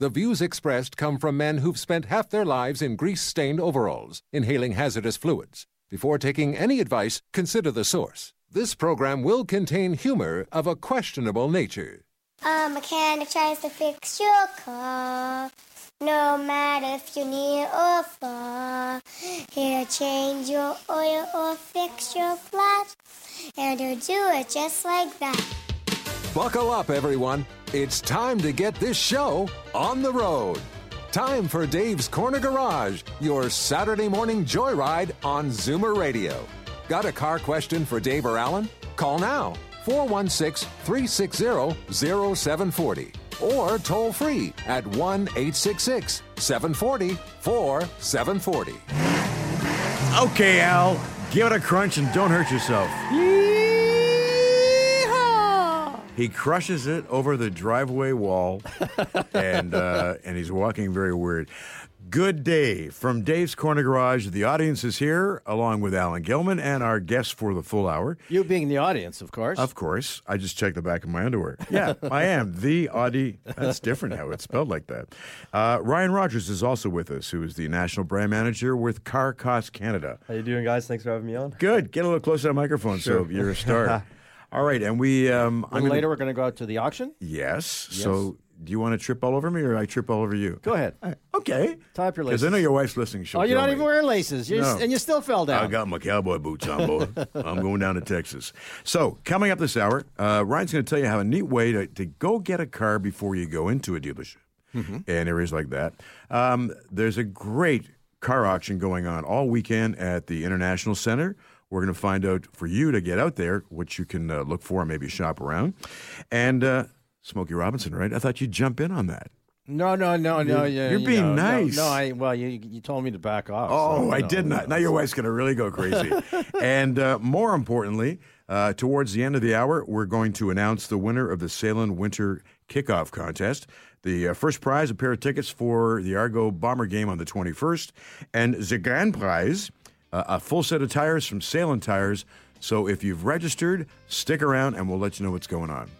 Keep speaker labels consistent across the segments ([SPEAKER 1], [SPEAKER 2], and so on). [SPEAKER 1] the views expressed come from men who've spent half their lives in grease stained overalls, inhaling hazardous fluids. Before taking any advice, consider the source. This program will contain humor of a questionable nature.
[SPEAKER 2] A mechanic tries to fix your car. No matter if you're near or far, he'll change your oil or fix your flat, and he'll do it just like that.
[SPEAKER 1] Buckle up, everyone. It's time to get this show on the road. Time for Dave's Corner Garage, your Saturday morning joyride on Zoomer Radio. Got a car question for Dave or Alan? Call now 416 360 0740 or toll free at 1 866 740 4740.
[SPEAKER 3] Okay, Al, give it a crunch and don't hurt yourself. He crushes it over the driveway wall, and uh, and he's walking very weird. Good day from Dave's Corner Garage. The audience is here, along with Alan Gilman and our guests for the full hour.
[SPEAKER 4] You being the audience, of course.
[SPEAKER 3] Of course, I just checked the back of my underwear. Yeah, I am the Audi. That's different how it's spelled like that. Uh, Ryan Rogers is also with us, who is the national brand manager with Car Cost Canada.
[SPEAKER 5] How you doing, guys? Thanks for having me on.
[SPEAKER 3] Good. Get a little closer to the microphone, so you're a star. All right, and we. Um, I'm
[SPEAKER 4] and
[SPEAKER 3] gonna-
[SPEAKER 4] later we're going to go out to the auction.
[SPEAKER 3] Yes. So do you want to trip all over me or I trip all over you?
[SPEAKER 4] Go ahead.
[SPEAKER 3] ahead. Uh, Okay.
[SPEAKER 4] Tie up your
[SPEAKER 3] Because I know
[SPEAKER 4] laces.
[SPEAKER 3] your wife's listening. She'll
[SPEAKER 4] Oh, you're
[SPEAKER 3] kill
[SPEAKER 4] not
[SPEAKER 3] me.
[SPEAKER 4] even wearing laces, You're s-
[SPEAKER 3] No.
[SPEAKER 4] and you still fell down.
[SPEAKER 3] I got my cowboy boots on, boy. I'm going down to Texas. So, coming up this hour, uh, Ryan's going to tell you how a neat way to, to go get a car before you go into a dealership
[SPEAKER 4] Mm-hmm.
[SPEAKER 3] and areas like that. Um, there's a great car auction going on all weekend at the International Center. We're going to find out for you to get out there what you can uh, look for and maybe shop around. And uh, Smokey Robinson, right? I thought you'd jump in on that.
[SPEAKER 4] no, no, no, no. you-
[SPEAKER 3] You're
[SPEAKER 4] you know,
[SPEAKER 3] being
[SPEAKER 4] no,
[SPEAKER 3] nice.
[SPEAKER 4] No, I. Well, you you told me to back off.
[SPEAKER 3] Oh,
[SPEAKER 4] so,
[SPEAKER 3] I
[SPEAKER 4] no,
[SPEAKER 3] did
[SPEAKER 4] no.
[SPEAKER 3] not. Now your wife's going to really go crazy. and uh, more importantly, uh, towards the end of the hour, we're going to announce the winner of the Salem Winter Kickoff Contest. The uh, first prize, a pair of tickets for the Argo Bomber game on the 21st, and the grand prize, uh, a full set of tires from Salem Tires. So if you've registered, stick around and we'll let you know what's going on.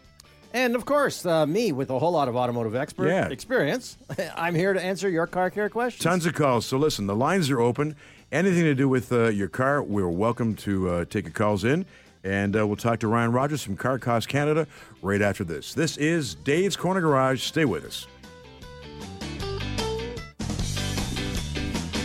[SPEAKER 4] And of course, uh, me with a whole lot of automotive expert
[SPEAKER 3] Yeah.
[SPEAKER 4] experience. I'm here to answer your car care questions.
[SPEAKER 3] Tons of calls. So listen, the lines are open. Anything to do with uh, your car, we're welcome to uh, take your calls in. And uh, we'll talk to Ryan Rogers from Car Cost Canada right after this. This is Dave's Corner Garage. Stay with us.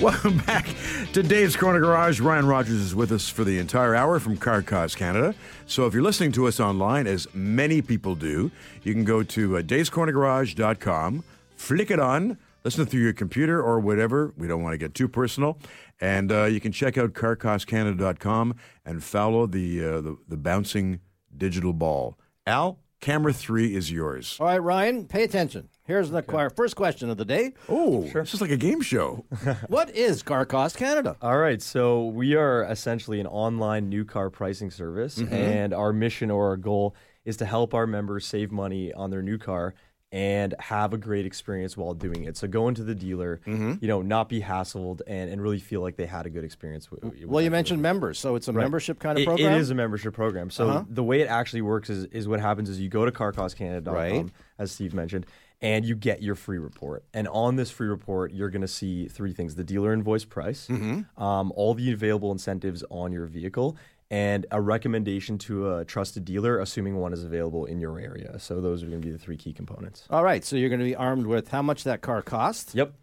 [SPEAKER 3] Welcome back to Dave's Corner Garage. Ryan Rogers is with us for the entire hour from Car Cause Canada. So if you're listening to us online, as many people do, you can go to uh, davescornergarage.com, flick it on, listen through your computer or whatever. We don't want to get too personal. And uh, you can check out carcostcanada.com and follow the, uh, the, the bouncing digital ball. Al, camera three is yours.
[SPEAKER 4] All right, Ryan, pay attention. Here's the qu- first question of the day.
[SPEAKER 3] Oh, this is like a game show.
[SPEAKER 4] what is Car Cost Canada?
[SPEAKER 5] All right, so we are essentially an online new car pricing service,
[SPEAKER 4] Mm-hmm.
[SPEAKER 5] and our mission or our goal is to help our members save money on their new car and have a great experience while doing it. So go into the dealer,
[SPEAKER 4] Mm-hmm.
[SPEAKER 5] you know, not be hassled, and, and really feel like they had a good experience. With, with
[SPEAKER 4] Well, you
[SPEAKER 5] that dealer.
[SPEAKER 4] mentioned members, so it's a membership kind of
[SPEAKER 5] It-
[SPEAKER 4] program. Uh-huh.
[SPEAKER 5] it is a membership program. So the way it actually works is, is what happens is you go to carcostcanada.com,
[SPEAKER 4] Right.
[SPEAKER 5] as Steve mentioned, and you get your free report. And on this free report, you're going to see three things: the dealer invoice price,
[SPEAKER 4] Mm-hmm.
[SPEAKER 5] um, all the available incentives on your vehicle. And a recommendation to a trusted dealer, assuming one is available in your area. So those are going to be the three key components.
[SPEAKER 4] All right, so you're going to be armed with how much that car cost,
[SPEAKER 5] Yep,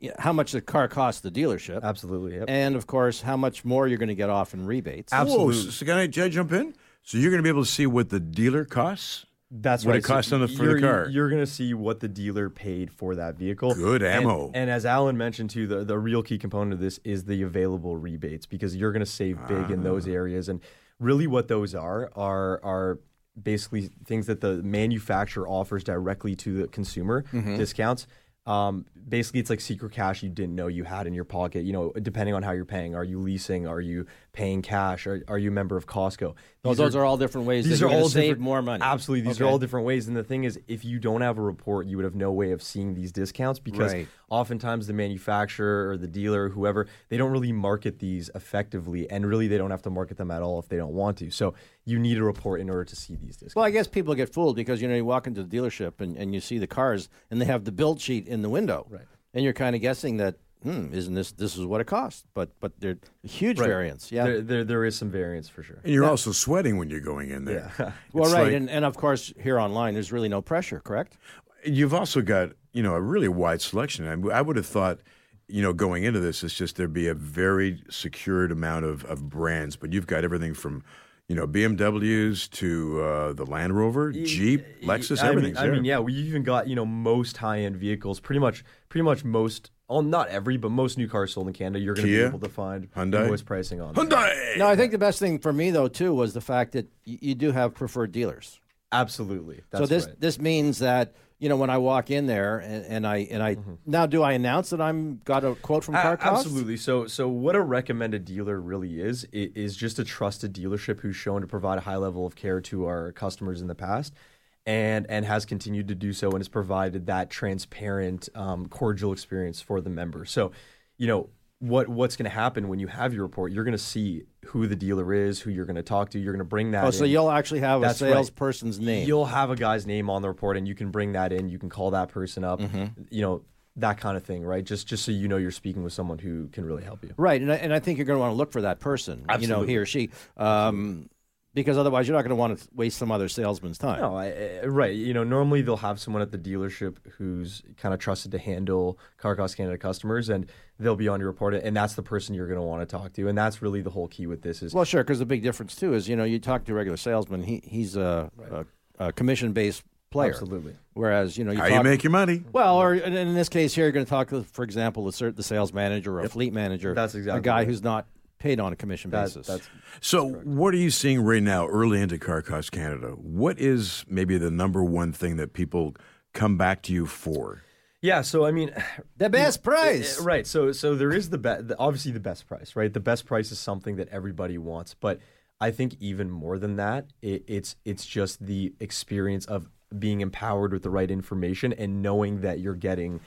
[SPEAKER 4] yeah, how much the car cost the dealership,
[SPEAKER 5] absolutely. Yep.
[SPEAKER 4] and of course, how much more you're going to get off in rebates.
[SPEAKER 3] Whoa, so, so can I j- jump in? So you're going to be able to see what the dealer costs?
[SPEAKER 5] That's
[SPEAKER 3] what
[SPEAKER 5] right.
[SPEAKER 3] it costs on the- for the
[SPEAKER 5] you're-
[SPEAKER 3] car.
[SPEAKER 5] You're going to see what the dealer paid for that vehicle.
[SPEAKER 3] Good
[SPEAKER 5] And-
[SPEAKER 3] ammo.
[SPEAKER 5] And, as Alan mentioned too, the, the real key component of this is the available rebates because you're going to save big in
[SPEAKER 3] Ah.
[SPEAKER 5] those areas. And really, what those are are are
[SPEAKER 3] Mm-hmm.
[SPEAKER 5] basically things that the manufacturer offers directly to the consumer discounts. Um, basically, it's like secret cash you didn't know you had in your pocket. You know, depending on how you're paying, are you leasing? Are you paying cash? Are, are you a member of Costco?
[SPEAKER 4] Those, those are, all different ways
[SPEAKER 5] these
[SPEAKER 4] that
[SPEAKER 5] are
[SPEAKER 4] you're gonna
[SPEAKER 5] all
[SPEAKER 4] save
[SPEAKER 5] different-
[SPEAKER 4] more money.
[SPEAKER 5] Absolutely, these are
[SPEAKER 4] Okay.
[SPEAKER 5] all different ways. And the thing is, if you don't have a report, you would have no way of seeing these discounts because
[SPEAKER 3] Right.
[SPEAKER 5] oftentimes the manufacturer or the dealer, or whoever, they don't really market these effectively, and really they don't have to market them at all if they don't want to. So you need a report in order to see these discounts.
[SPEAKER 4] Well, I guess people get fooled because you know you walk into the dealership and, and you see the cars and they have the build sheet in the window, right? And you're kind of guessing that, hmm, isn't this this is what it costs? But but there's huge variance, yeah.
[SPEAKER 5] There, there, there is some variance for sure.
[SPEAKER 3] And you're also sweating when you're going in there.
[SPEAKER 4] well,
[SPEAKER 3] It's
[SPEAKER 4] right,
[SPEAKER 3] like-
[SPEAKER 4] and and of course here online there's really no pressure, correct?
[SPEAKER 3] You've also got you know a really wide selection. I, I would have thought you know going into this, it's just there'd be a very secured amount of, of brands, but you've got everything from you know BMWs to uh, the Land Rover, Jeep, Lexus,
[SPEAKER 5] I mean,
[SPEAKER 3] everything's
[SPEAKER 5] I
[SPEAKER 3] there.
[SPEAKER 5] mean, yeah, we even got you know most high-end vehicles. Pretty much, pretty much most. Well, not every, but most new cars sold in Canada, you're going to be
[SPEAKER 3] Kia,
[SPEAKER 5] able to find
[SPEAKER 3] Hyundai.
[SPEAKER 5] invoice pricing on. them.
[SPEAKER 3] Hyundai.
[SPEAKER 4] No, I think the best thing for me though too was the fact that y- you do have preferred dealers.
[SPEAKER 5] Absolutely. That's
[SPEAKER 4] so this
[SPEAKER 5] right.
[SPEAKER 4] this means that you know when I walk in there and, and I and I now do I announce that I'm got a quote from
[SPEAKER 5] Mm-hmm. A-
[SPEAKER 4] Car Cost?
[SPEAKER 5] Absolutely. So, so what a recommended dealer really is i- is just a trusted dealership who's shown to provide a high level of care to our customers in the past, and and has continued to do so, and has provided that transparent, um, cordial experience for the member. So, you know. What, what's going to happen when you have your report? You're going to see who the dealer is, who you're going to talk to. You're going to bring that.
[SPEAKER 4] Oh, so
[SPEAKER 5] in.
[SPEAKER 4] you'll actually have
[SPEAKER 5] That's
[SPEAKER 4] a
[SPEAKER 5] right.
[SPEAKER 4] salesperson's name.
[SPEAKER 5] You'll have a guy's name on the report, and you can bring that in. You can call that person up. You know that kind of thing, right? Just just so you know you're speaking with someone who can really help you.
[SPEAKER 4] Right, and I, and I think you're going to want to look for that person, you know, he or she, um, because otherwise you're not going to want to waste some other salesman's time.
[SPEAKER 5] No, I, I- right. You know, normally they'll have someone at the dealership who's kind of trusted to handle Car Cost Canada customers, and they'll be on your report, and that's the person you're going to want to talk to, and that's really the whole key with this is
[SPEAKER 4] Well, sure, because the big difference too is you know you talk to a regular salesman, he he's a, a, a commission based player,
[SPEAKER 5] Absolutely.
[SPEAKER 4] Whereas you know you
[SPEAKER 3] How
[SPEAKER 4] talk,
[SPEAKER 3] you make your money?
[SPEAKER 4] Well, or in, in this case here, you're going to talk to, for example, the, ser- the sales manager or a fleet manager.
[SPEAKER 5] That's exactly
[SPEAKER 4] a guy
[SPEAKER 5] right.
[SPEAKER 4] who's not paid on a commission
[SPEAKER 5] that-
[SPEAKER 4] basis.
[SPEAKER 5] that's
[SPEAKER 3] So, what are you seeing right now, early into Car Cost Canada? What is maybe the number one thing that people come back to you for?
[SPEAKER 5] yeah. So I mean,
[SPEAKER 4] the best price.
[SPEAKER 5] Uh, Right. So so there is the best obviously the best price, right? The best price is something that everybody wants, but I think even more than that, it, it's it's just the experience of being empowered with the right information and knowing that you're getting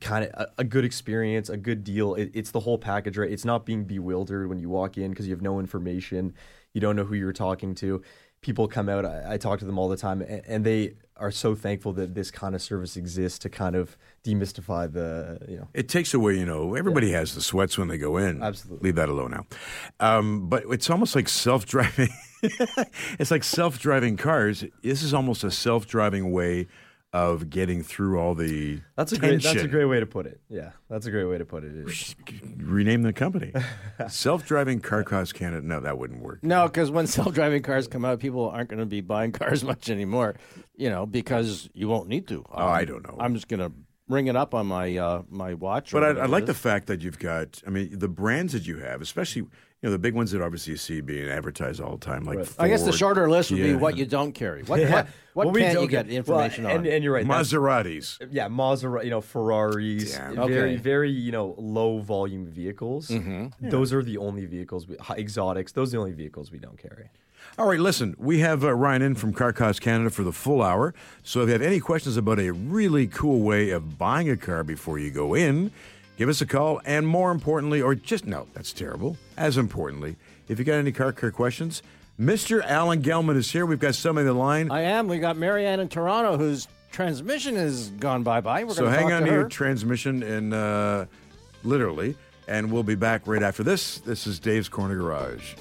[SPEAKER 5] kind of a, a good experience, a good deal. It, it's the whole package, right? It's not being bewildered when you walk in because you have no information, you don't know who you're talking to. People come out. I, I talk to them all the time, and, and they are so thankful that this kind of service exists to kind of demystify the you know
[SPEAKER 3] It takes away, you know, everybody has the sweats when they go in.
[SPEAKER 5] Absolutely.
[SPEAKER 3] Leave that alone now. Um, but it's almost like self driving. it's like self driving cars. This is almost a self driving way of getting through all the.
[SPEAKER 5] That's a great. That's a great way to put it. Yeah, that's a great way to put it. It is.
[SPEAKER 3] great. Rename the company. self driving Car Cost Canada. No, that wouldn't work.
[SPEAKER 4] No, because when self-driving cars come out, people aren't going to be buying cars much anymore. You know, because you won't need to. Oh,
[SPEAKER 3] I don't know.
[SPEAKER 4] I'm just going to ring it up on my uh, my watch. or
[SPEAKER 3] But I,
[SPEAKER 4] whatever
[SPEAKER 3] I
[SPEAKER 4] it
[SPEAKER 3] like
[SPEAKER 4] is.
[SPEAKER 3] the fact that you've got. I mean, the brands that you have, especially you know the big ones that obviously you see being advertised all the time, like
[SPEAKER 4] I guess the
[SPEAKER 3] Ford,
[SPEAKER 4] shorter list would be
[SPEAKER 3] Kia,
[SPEAKER 4] what you don't carry. What what, what
[SPEAKER 5] Well, we
[SPEAKER 4] can't you
[SPEAKER 5] don't
[SPEAKER 4] get information
[SPEAKER 5] well,
[SPEAKER 4] on?
[SPEAKER 5] And, and you're right. that's-
[SPEAKER 3] Maseratis.
[SPEAKER 5] yeah, Maserati. You know, Ferraris.
[SPEAKER 3] Damn.
[SPEAKER 4] Okay.
[SPEAKER 5] Very, very. You know, low volume vehicles.
[SPEAKER 3] Mm-hmm.
[SPEAKER 5] Those are the only vehicles. We, hi- exotics. Those are the only vehicles we don't carry.
[SPEAKER 3] All right, listen, we have uh, Ryan in from Car Cost Canada for the full hour. So if you have any questions about a really cool way of buying a car before you go in, give us a call. And more importantly, or just no, that's terrible. As importantly, if you got any car care questions, Mr. Alan Gelman is here. We've got somebody on the line.
[SPEAKER 4] I am. We got Marianne in Toronto, whose transmission has gone bye-bye. We're
[SPEAKER 3] so
[SPEAKER 4] going
[SPEAKER 3] hang
[SPEAKER 4] talk
[SPEAKER 3] on
[SPEAKER 4] to
[SPEAKER 3] to
[SPEAKER 4] her.
[SPEAKER 3] your transmission and uh, literally, and we'll be back right after this. This is Dave's Corner Garage.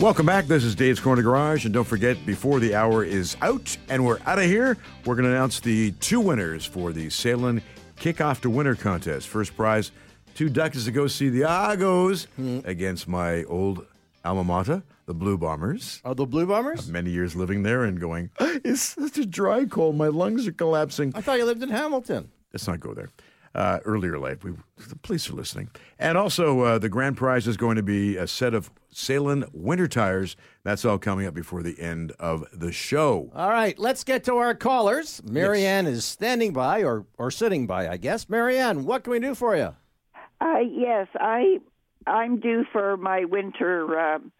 [SPEAKER 3] Welcome back. This is Dave's Corner Garage. And don't forget, before the hour is out and we're out of here, we're going to announce the two winners for the Salem Kickoff to Winter Contest. First prize, two ducks to go see the Argos
[SPEAKER 4] Hmm.
[SPEAKER 3] against my old alma mater, the Blue Bombers.
[SPEAKER 4] oh, the Blue Bombers.
[SPEAKER 3] Many years living there and going, it's such a dry cold. My lungs are collapsing.
[SPEAKER 4] I thought you lived in Hamilton.
[SPEAKER 3] Let's not go there. uh, earlier life. We, the police are listening. And also, uh, the grand prize is going to be a set of Salen winter tires. That's all coming up before the end of the show.
[SPEAKER 4] All right, let's get to our callers. Marianne is standing by or, or sitting by, I guess. Marianne, what can we do for you?
[SPEAKER 6] Uh, yes, I I'm due for my winter um,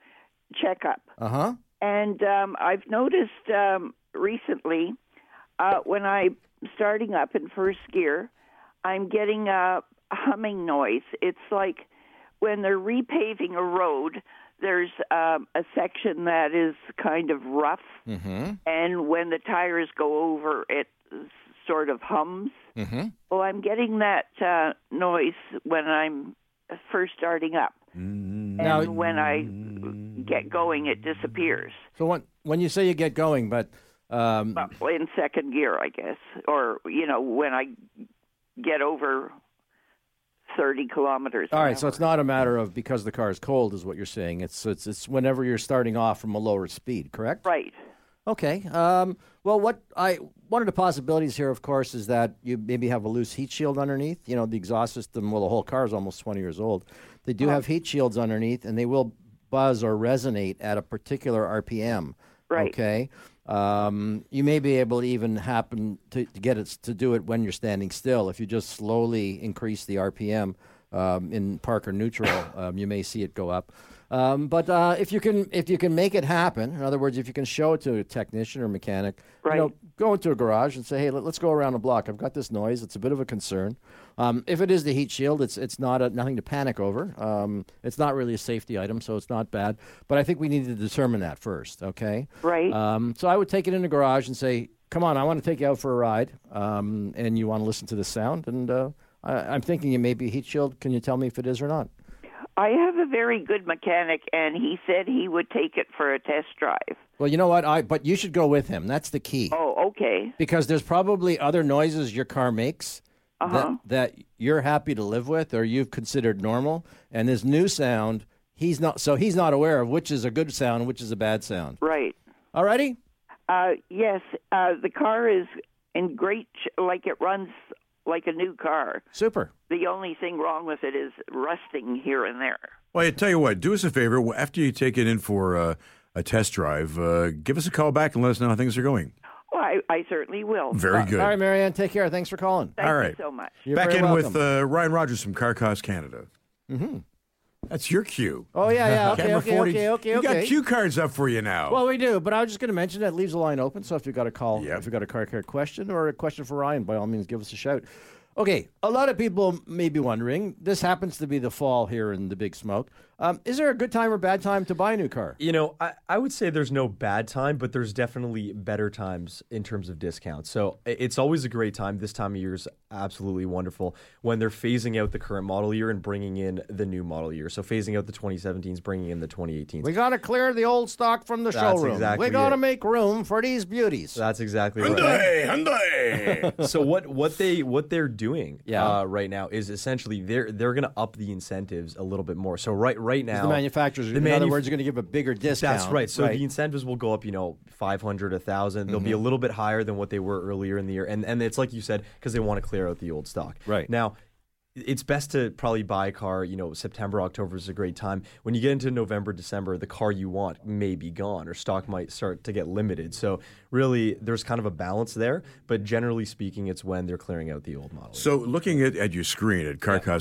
[SPEAKER 6] checkup,
[SPEAKER 4] Uh huh.
[SPEAKER 6] and um, I've noticed um, recently uh, when I'm starting up in first gear, I'm getting a humming noise. It's like when they're repaving a road. There's um, a section that is kind of rough, and when the tires go over, it sort of hums. Well, Oh, I'm getting that uh, noise when I'm first starting up. And when I get going, it disappears.
[SPEAKER 4] So when, when you say you get going, but um,
[SPEAKER 6] Well, in second gear, I guess, or, you know, when I get over 30 kilometers.
[SPEAKER 4] all
[SPEAKER 6] an
[SPEAKER 4] right, so
[SPEAKER 6] hour.
[SPEAKER 4] it's not a matter of because the car is cold, is what you're saying. It's it's it's whenever you're starting off from a lower speed, correct?
[SPEAKER 6] Right.
[SPEAKER 4] Okay. Um, well, what I one of the possibilities here, of course, is that you maybe have a loose heat shield underneath. You know, the exhaust system. Well, the whole car is almost twenty years old. They
[SPEAKER 6] Uh-huh.
[SPEAKER 4] do have heat shields underneath, and they will buzz or resonate at a particular RPM.
[SPEAKER 6] Right.
[SPEAKER 4] Okay. Um, you may be able to even happen to, to get it s- to do it when you're standing still. If you just slowly increase the RPM um, in park or neutral, um, you may see it go up. Um, but uh, if you can, if you can make it happen, in other words, if you can show it to a technician or mechanic, you know,
[SPEAKER 6] Right.
[SPEAKER 4] go into a garage and say, "Hey, let, us go around the block. I've got this noise. It's a bit of a concern. Um, if it is the heat shield, it's it's not a, nothing to panic over. Um, it's not really a safety item, so it's not bad. But I think we need to determine that first. Okay.
[SPEAKER 6] Right.
[SPEAKER 4] Um, so I would take it in the garage and say, "Come on, I want to take you out for a ride, um, and you want to listen to the sound." And uh, I, I'm thinking it may be a heat shield. Can you tell me if it is or not?
[SPEAKER 6] I have a very good mechanic, and he said he would take it for a test drive.
[SPEAKER 4] Well, you know what? I but you should go with him. That's the key.
[SPEAKER 6] Oh, okay.
[SPEAKER 4] because there's probably other noises your car makes
[SPEAKER 6] Uh-huh.
[SPEAKER 4] that, that you're happy to live with or you've considered normal and this new sound he's not so he's not aware of which is a good sound which is a bad sound
[SPEAKER 6] Right.
[SPEAKER 4] alrighty
[SPEAKER 6] Uh, yes, uh, the car is in great, sh- like it runs like a new car.
[SPEAKER 4] super
[SPEAKER 6] The only thing wrong with it is rusting here and there.
[SPEAKER 3] Well, I tell you what, do us a favor. After you take it in for uh, a test drive, uh, give us a call back and let us know how things are going.
[SPEAKER 6] Well, I, I certainly will.
[SPEAKER 3] Very
[SPEAKER 4] all right
[SPEAKER 3] good.
[SPEAKER 4] marianne take care thanks for calling
[SPEAKER 6] Thank
[SPEAKER 3] all right.
[SPEAKER 6] you so much.
[SPEAKER 4] You're
[SPEAKER 3] back
[SPEAKER 4] very
[SPEAKER 3] in
[SPEAKER 4] welcome.
[SPEAKER 3] with uh, Ryan Rogers from Car Cost Canada. Mm-hmm. That's your cue.
[SPEAKER 4] oh yeah yeah okay
[SPEAKER 3] Camera
[SPEAKER 4] okay
[SPEAKER 3] 40.
[SPEAKER 4] okay okay
[SPEAKER 3] You
[SPEAKER 4] okay
[SPEAKER 3] got cue cards up for you
[SPEAKER 5] Oh.
[SPEAKER 3] now.
[SPEAKER 4] well, we do, but I was just going to mention that leaves the line open. So if you've got a call,
[SPEAKER 3] Yep.
[SPEAKER 4] if you've got a car care question or a question for Ryan, by all means, give us a shout. Okay, a lot of people may be wondering. This happens to be the fall here in the Big Smoke. Um, is there a good time or bad time to buy a new car?
[SPEAKER 5] You know, I, I would say there's no bad time, but there's definitely better times in terms of discounts. So i- it's always a great time. This time of year is absolutely wonderful when they're phasing out the current model year and bringing in the new model year. So phasing out the 2017s, bringing in the 2018s.
[SPEAKER 4] We got to clear the old stock from the
[SPEAKER 5] That's
[SPEAKER 4] showroom.
[SPEAKER 5] exactly
[SPEAKER 4] we got to
[SPEAKER 5] it.
[SPEAKER 4] make room for these beauties.
[SPEAKER 5] That's exactly right.
[SPEAKER 3] Hyundai, Hyundai.
[SPEAKER 5] so what what they what they're doing
[SPEAKER 4] Yeah.
[SPEAKER 5] uh, right now is essentially they're they're going to up the incentives a little bit more. So right right now
[SPEAKER 4] the manufacturers, in other
[SPEAKER 5] manuf-
[SPEAKER 4] words, are going to give a bigger discount.
[SPEAKER 5] That's right. So the incentives will go up, you know, 500, 1,000. They'll
[SPEAKER 4] Mm-hmm.
[SPEAKER 5] be a little bit higher than what they were earlier in the year. And and it's like you said, because they want to clear out the old stock.
[SPEAKER 4] Right.
[SPEAKER 5] Now, it's best to probably buy a car, you know, September, October is a great time. When you get into November, December, the car you want may be gone or stock might start to get limited. So really, there's kind of a balance there. But generally speaking, it's when they're clearing out the old model.
[SPEAKER 3] So, looking at, at your screen at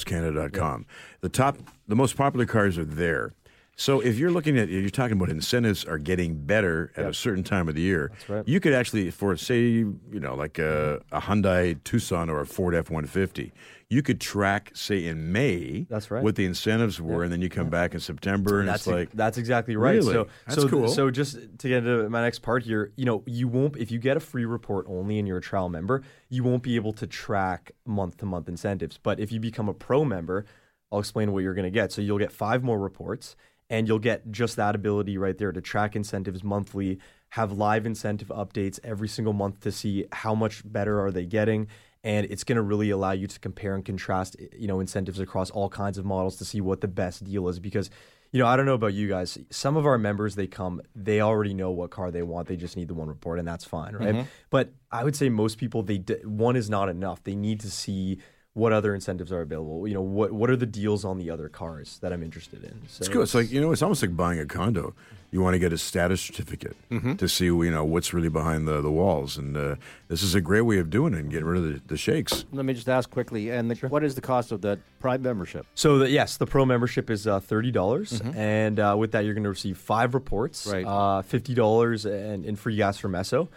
[SPEAKER 3] carcoscanada.com, the top, the most popular cars are there. So, if you're looking at, you're talking about incentives are getting better at a certain time of the year. That's right. You could actually, for say, you know, like a, a Hyundai Tucson or a Ford F 150, you could track, say, in May
[SPEAKER 5] That's right.
[SPEAKER 3] what the incentives were, and then you come back in September, and
[SPEAKER 5] that's
[SPEAKER 3] it's like,
[SPEAKER 5] ex- that's exactly right.
[SPEAKER 3] Really?
[SPEAKER 5] So
[SPEAKER 3] That's
[SPEAKER 5] so
[SPEAKER 3] cool.
[SPEAKER 5] so just to get into my next part here, you know, you won't if you get a free report only and you're a trial member, you won't be able to track month to month incentives. But if you become a pro member, I'll explain what you're going to get. So you'll get five more reports and you'll get just that ability right there to track incentives monthly, have live incentive updates every single month to see how much better are they getting and it's going to really allow you to compare and contrast eh, you know incentives across all kinds of models to see what the best deal is because you know i don't know about you guys some of our members they come they already know what car they want they just need the one
[SPEAKER 3] Mm-hmm.
[SPEAKER 5] report and that's fine right but i would say most people they d- one is not enough they need to see what other incentives are available. You know, what what are the deals on the other cars that I'm interested in? So
[SPEAKER 3] It's cool. It's like you know, it's almost like buying a condo. You want to get a status certificate to see you know what's really behind the, the walls, and uh, this is a great way of doing it and getting rid of the, the shakes.
[SPEAKER 4] Let me just ask quickly, and the, what is the cost of that Prime membership?
[SPEAKER 5] So the, yes, the pro membership is uh, thirty dollars, and uh, with that you're going to receive five reports,
[SPEAKER 4] Mm-hmm. Right.
[SPEAKER 5] uh, fifty dollars, and, and free gas from Meso,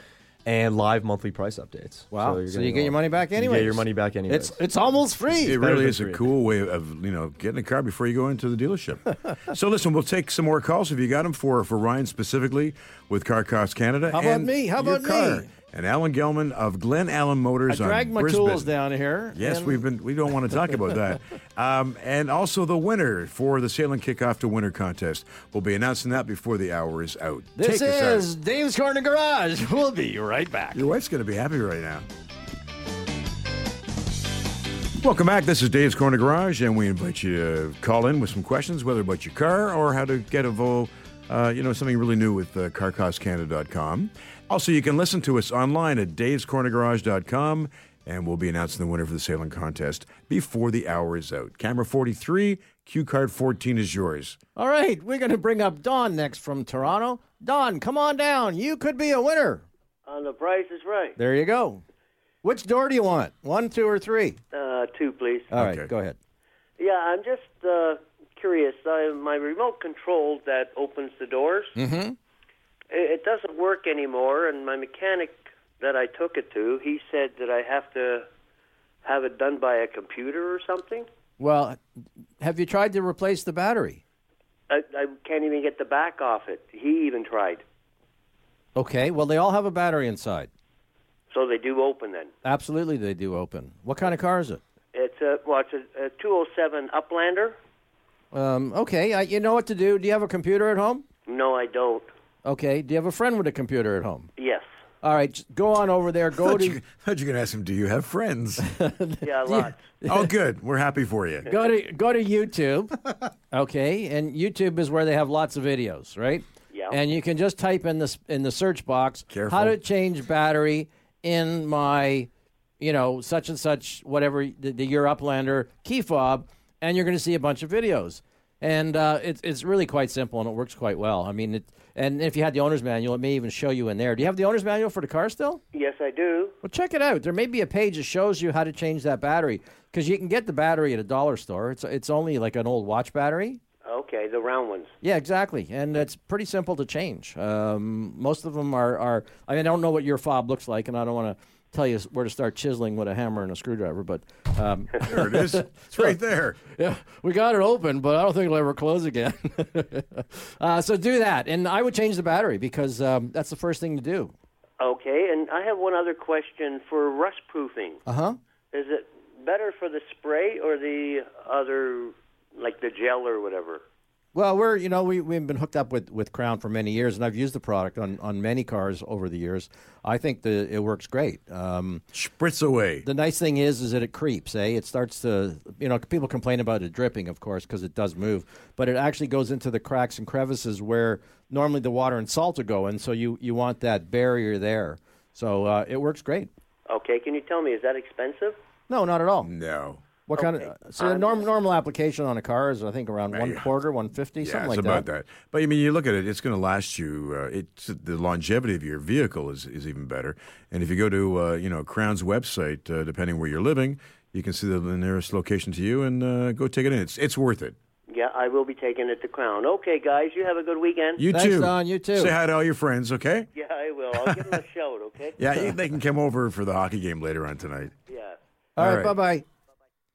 [SPEAKER 5] and live monthly price updates.
[SPEAKER 4] Wow.
[SPEAKER 5] you're
[SPEAKER 4] So
[SPEAKER 5] getting
[SPEAKER 4] you get
[SPEAKER 5] a
[SPEAKER 4] your
[SPEAKER 5] lot-
[SPEAKER 4] money back
[SPEAKER 5] You
[SPEAKER 4] anyways.
[SPEAKER 5] get your money back anyway.
[SPEAKER 4] It's it's almost free.
[SPEAKER 3] It
[SPEAKER 5] better
[SPEAKER 3] really
[SPEAKER 5] than
[SPEAKER 3] is a
[SPEAKER 5] free.
[SPEAKER 3] cool way of you know getting a car before you go into the dealership. so listen, we'll take some more calls if you got them for for Ryan specifically with Car Costs Canada.
[SPEAKER 4] How about
[SPEAKER 3] and
[SPEAKER 4] me? How
[SPEAKER 3] your
[SPEAKER 4] about
[SPEAKER 3] car.
[SPEAKER 4] me?
[SPEAKER 3] And Alan Gelman of Glen Allen
[SPEAKER 4] I
[SPEAKER 3] Motors. on
[SPEAKER 4] dragged my
[SPEAKER 3] Brisbane.
[SPEAKER 4] tools down here.
[SPEAKER 3] Yes,
[SPEAKER 4] and-
[SPEAKER 3] we've been. We don't want to talk about that. Um, and also the winner for the Salem Kickoff to Winter contest. We'll be announcing that before the hour is out.
[SPEAKER 4] This
[SPEAKER 3] Take us out.
[SPEAKER 4] is Dave's Corner Garage. We'll be right back.
[SPEAKER 3] Your wife's going to be happy right now. Welcome back. This is Dave's Corner Garage, and we invite you to call in with some questions, whether about your car or how to get involved, uh, you know, something really new with uh, carcostcanada.com. Also, you can listen to us online at davescornergarage.com, and we'll be announcing the winner for the sailing contest before the hour is out. Camera 43, cue card 14 is yours.
[SPEAKER 4] All right, we're going to bring up Don next from Toronto. Don, come on down. You could be a winner.
[SPEAKER 7] On Uh, the price is right.
[SPEAKER 4] There you go. Which door do you want? One, two, or three?
[SPEAKER 7] Uh, two, please.
[SPEAKER 4] All right,
[SPEAKER 3] Okay.
[SPEAKER 4] go ahead.
[SPEAKER 7] Yeah, I'm just uh, curious. I, my remote control that opens the doors, mm-hmm. it, it doesn't work anymore, and my mechanic that I took it to, he said that I have to have it done by a computer or something.
[SPEAKER 4] Well, have you tried to replace the battery?
[SPEAKER 7] I, I can't even get the back off it. He even tried.
[SPEAKER 4] Okay, well, they all have a battery inside.
[SPEAKER 7] So they do open then.
[SPEAKER 4] Absolutely, they do open. What kind of car is it?
[SPEAKER 7] It's a well, it's a, a 207 Uplander.
[SPEAKER 4] Um, okay, I, you know what to do. Do you have a computer at home?
[SPEAKER 7] No, I don't.
[SPEAKER 4] Okay, do you have a friend with a computer at home?
[SPEAKER 7] Yes.
[SPEAKER 4] All right, just go on over there. Go
[SPEAKER 3] Thought
[SPEAKER 4] to
[SPEAKER 3] you, thought you were going to ask him, do you have friends?
[SPEAKER 7] Yeah, lots.
[SPEAKER 3] oh, good. We're happy for you.
[SPEAKER 4] go to go to YouTube. Okay, and YouTube is where they have lots of videos, right?
[SPEAKER 7] Yeah.
[SPEAKER 4] And you can just type in this in the search box
[SPEAKER 3] Careful.
[SPEAKER 4] how to change battery in my, you know, such and such whatever the, the your Uplander key fob, and you're going to see a bunch of videos. And uh, it's it's really quite simple and it works quite well. I mean, it, and if you had the owner's manual, it may even show you in there. Do you have the owner's manual for the car still?
[SPEAKER 7] Yes, I do.
[SPEAKER 4] Well, check it out. There may be a page that shows you how to change that battery because you can get the battery at a dollar store. It's it's only like an old watch battery.
[SPEAKER 7] Okay, the round ones.
[SPEAKER 4] Yeah, exactly, and it's pretty simple to change. Um, most of them are, are. I mean, I don't know what your fob looks like, and I don't want to tell you where to start chiseling with a hammer and a screwdriver. But um,
[SPEAKER 3] There it is. It's right there.
[SPEAKER 4] yeah, we got it open, but I don't think it'll ever close again. uh, so do that, and I would change the battery because um, that's the first thing to do.
[SPEAKER 7] Okay, and I have one other question for rust proofing. Uh huh. Is it better for the spray or the other, like the gel or whatever?
[SPEAKER 4] Well, we're you know we we've been hooked up with with Crown for many years, and I've used the product on on many cars over the years. I think the it works great. Um,
[SPEAKER 3] Spritz away.
[SPEAKER 4] the nice thing is is that it creeps, eh? It starts to you know people complain about it dripping, of course, because it does move, but it actually goes into the cracks and crevices where normally the water and salt are going. So you you want that barrier there. So uh, it works great.
[SPEAKER 7] Okay, can you tell me, is that expensive?
[SPEAKER 4] No, not at all.
[SPEAKER 3] No.
[SPEAKER 4] What kind of so the norm, normal application on a car is I think around one quarter, one fifty,
[SPEAKER 3] Uh, Yeah,
[SPEAKER 4] something
[SPEAKER 3] it's
[SPEAKER 4] like
[SPEAKER 3] about that. But I mean, you look at it; it's going to last you. Uh, it's the longevity of your vehicle is, is even better. And if you go to uh, you know Crown's website, uh, depending where you're living, you can see the, the nearest location to you and uh, go take it in. It's it's worth it.
[SPEAKER 7] Yeah, I will be taking it to Crown. Okay, guys, you have a good weekend.
[SPEAKER 3] You
[SPEAKER 4] Thanks,
[SPEAKER 3] too.
[SPEAKER 4] Don. You too.
[SPEAKER 3] Say hi to all your friends. Okay.
[SPEAKER 7] yeah, I will. I'll give them a shout, okay?
[SPEAKER 3] Yeah, you- they can come over for the hockey game later on tonight.
[SPEAKER 7] Yeah.
[SPEAKER 4] All
[SPEAKER 3] All
[SPEAKER 4] right,
[SPEAKER 3] right.
[SPEAKER 4] bye bye.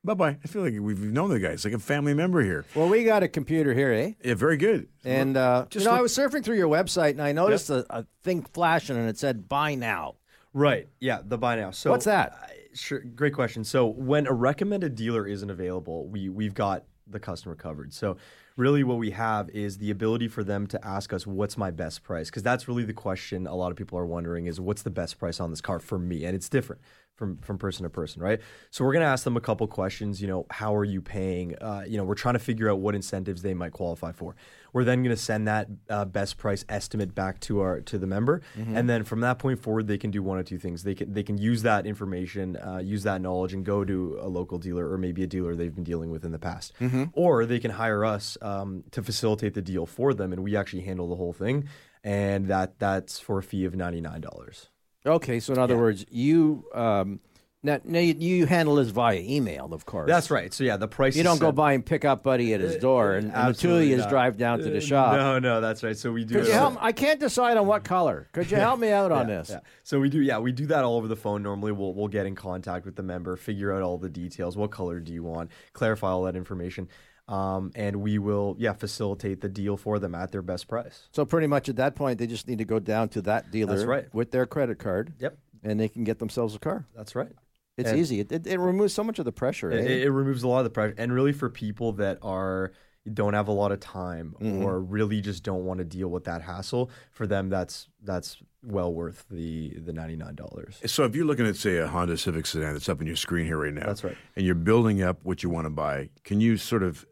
[SPEAKER 3] Bye bye. I feel like we've known the guy. It's like a family member here.
[SPEAKER 4] Well, we got a computer here, eh?
[SPEAKER 3] Yeah, very good.
[SPEAKER 4] And uh,
[SPEAKER 3] Just
[SPEAKER 4] you know,
[SPEAKER 3] look-
[SPEAKER 4] I was surfing through your website and I noticed a, a thing flashing and it said "Buy now."
[SPEAKER 5] Right. Yeah. The buy now. So
[SPEAKER 4] What's that?
[SPEAKER 5] I- sure. Great question. So when a recommended dealer isn't available, we we've got the customer covered. So really, what we have is the ability for them to ask us, "What's my best price?" Because that's really the question a lot of people are wondering: is what's the best price on this car for me? And it's different. from from person to person, right? So we're gonna ask them a couple questions. You know, how are you paying? Uh, you know, we're trying to figure out what incentives they might qualify for. We're then gonna send that uh, best price estimate back to our to the member,
[SPEAKER 4] Mm-hmm.
[SPEAKER 5] and then from that point forward, they can do one of two things. They can they can use that information, uh, use that knowledge, and go to a local dealer or maybe a dealer they've been dealing with in the past,
[SPEAKER 4] Mm-hmm.
[SPEAKER 5] or they can hire us um, to facilitate the deal for them, and we actually handle the whole thing. And that that's for a fee of ninety nine dollars.
[SPEAKER 4] Okay, so in other words, you um, now, now you, you handle this via email, of course.
[SPEAKER 5] That's right. So yeah, the price.
[SPEAKER 4] You
[SPEAKER 5] is
[SPEAKER 4] don't go
[SPEAKER 5] set-
[SPEAKER 4] by and pick up Buddy at his door, and, and the two of
[SPEAKER 5] Absolutely
[SPEAKER 4] you
[SPEAKER 5] not.
[SPEAKER 4] drive down to
[SPEAKER 5] Uh,
[SPEAKER 4] the shop.
[SPEAKER 5] No, no, that's right. So we do.
[SPEAKER 4] Could
[SPEAKER 5] it
[SPEAKER 4] you
[SPEAKER 5] all-
[SPEAKER 4] help? I can't decide on what color. Could you help me out on this?
[SPEAKER 5] Yeah. So we do. Yeah, we do that all over the phone. Normally, we'll we'll get in contact with the member, figure out all the details. What color do you want? Clarify all that information, um, and we will yeah facilitate the deal for them at their best price.
[SPEAKER 4] So pretty much at that point, they just need to go down to that dealer
[SPEAKER 5] That's right.
[SPEAKER 4] with their credit card.
[SPEAKER 5] Yep.
[SPEAKER 4] And they can get themselves a car.
[SPEAKER 5] That's right.
[SPEAKER 4] It's
[SPEAKER 5] And-
[SPEAKER 4] easy. It, it, it removes so much of the pressure. eh?
[SPEAKER 5] It, it- it removes a lot of the pressure, and really for people that are don't have a lot of time
[SPEAKER 4] Mm-hmm.
[SPEAKER 5] or really just don't want to deal with that hassle, for them that's that's well worth the the ninety nine dollars.
[SPEAKER 3] So if you're looking at, say, a Honda Civic sedan that's up on your screen here right now,
[SPEAKER 5] That's right.
[SPEAKER 3] and you're building up what you want to buy, can you sort of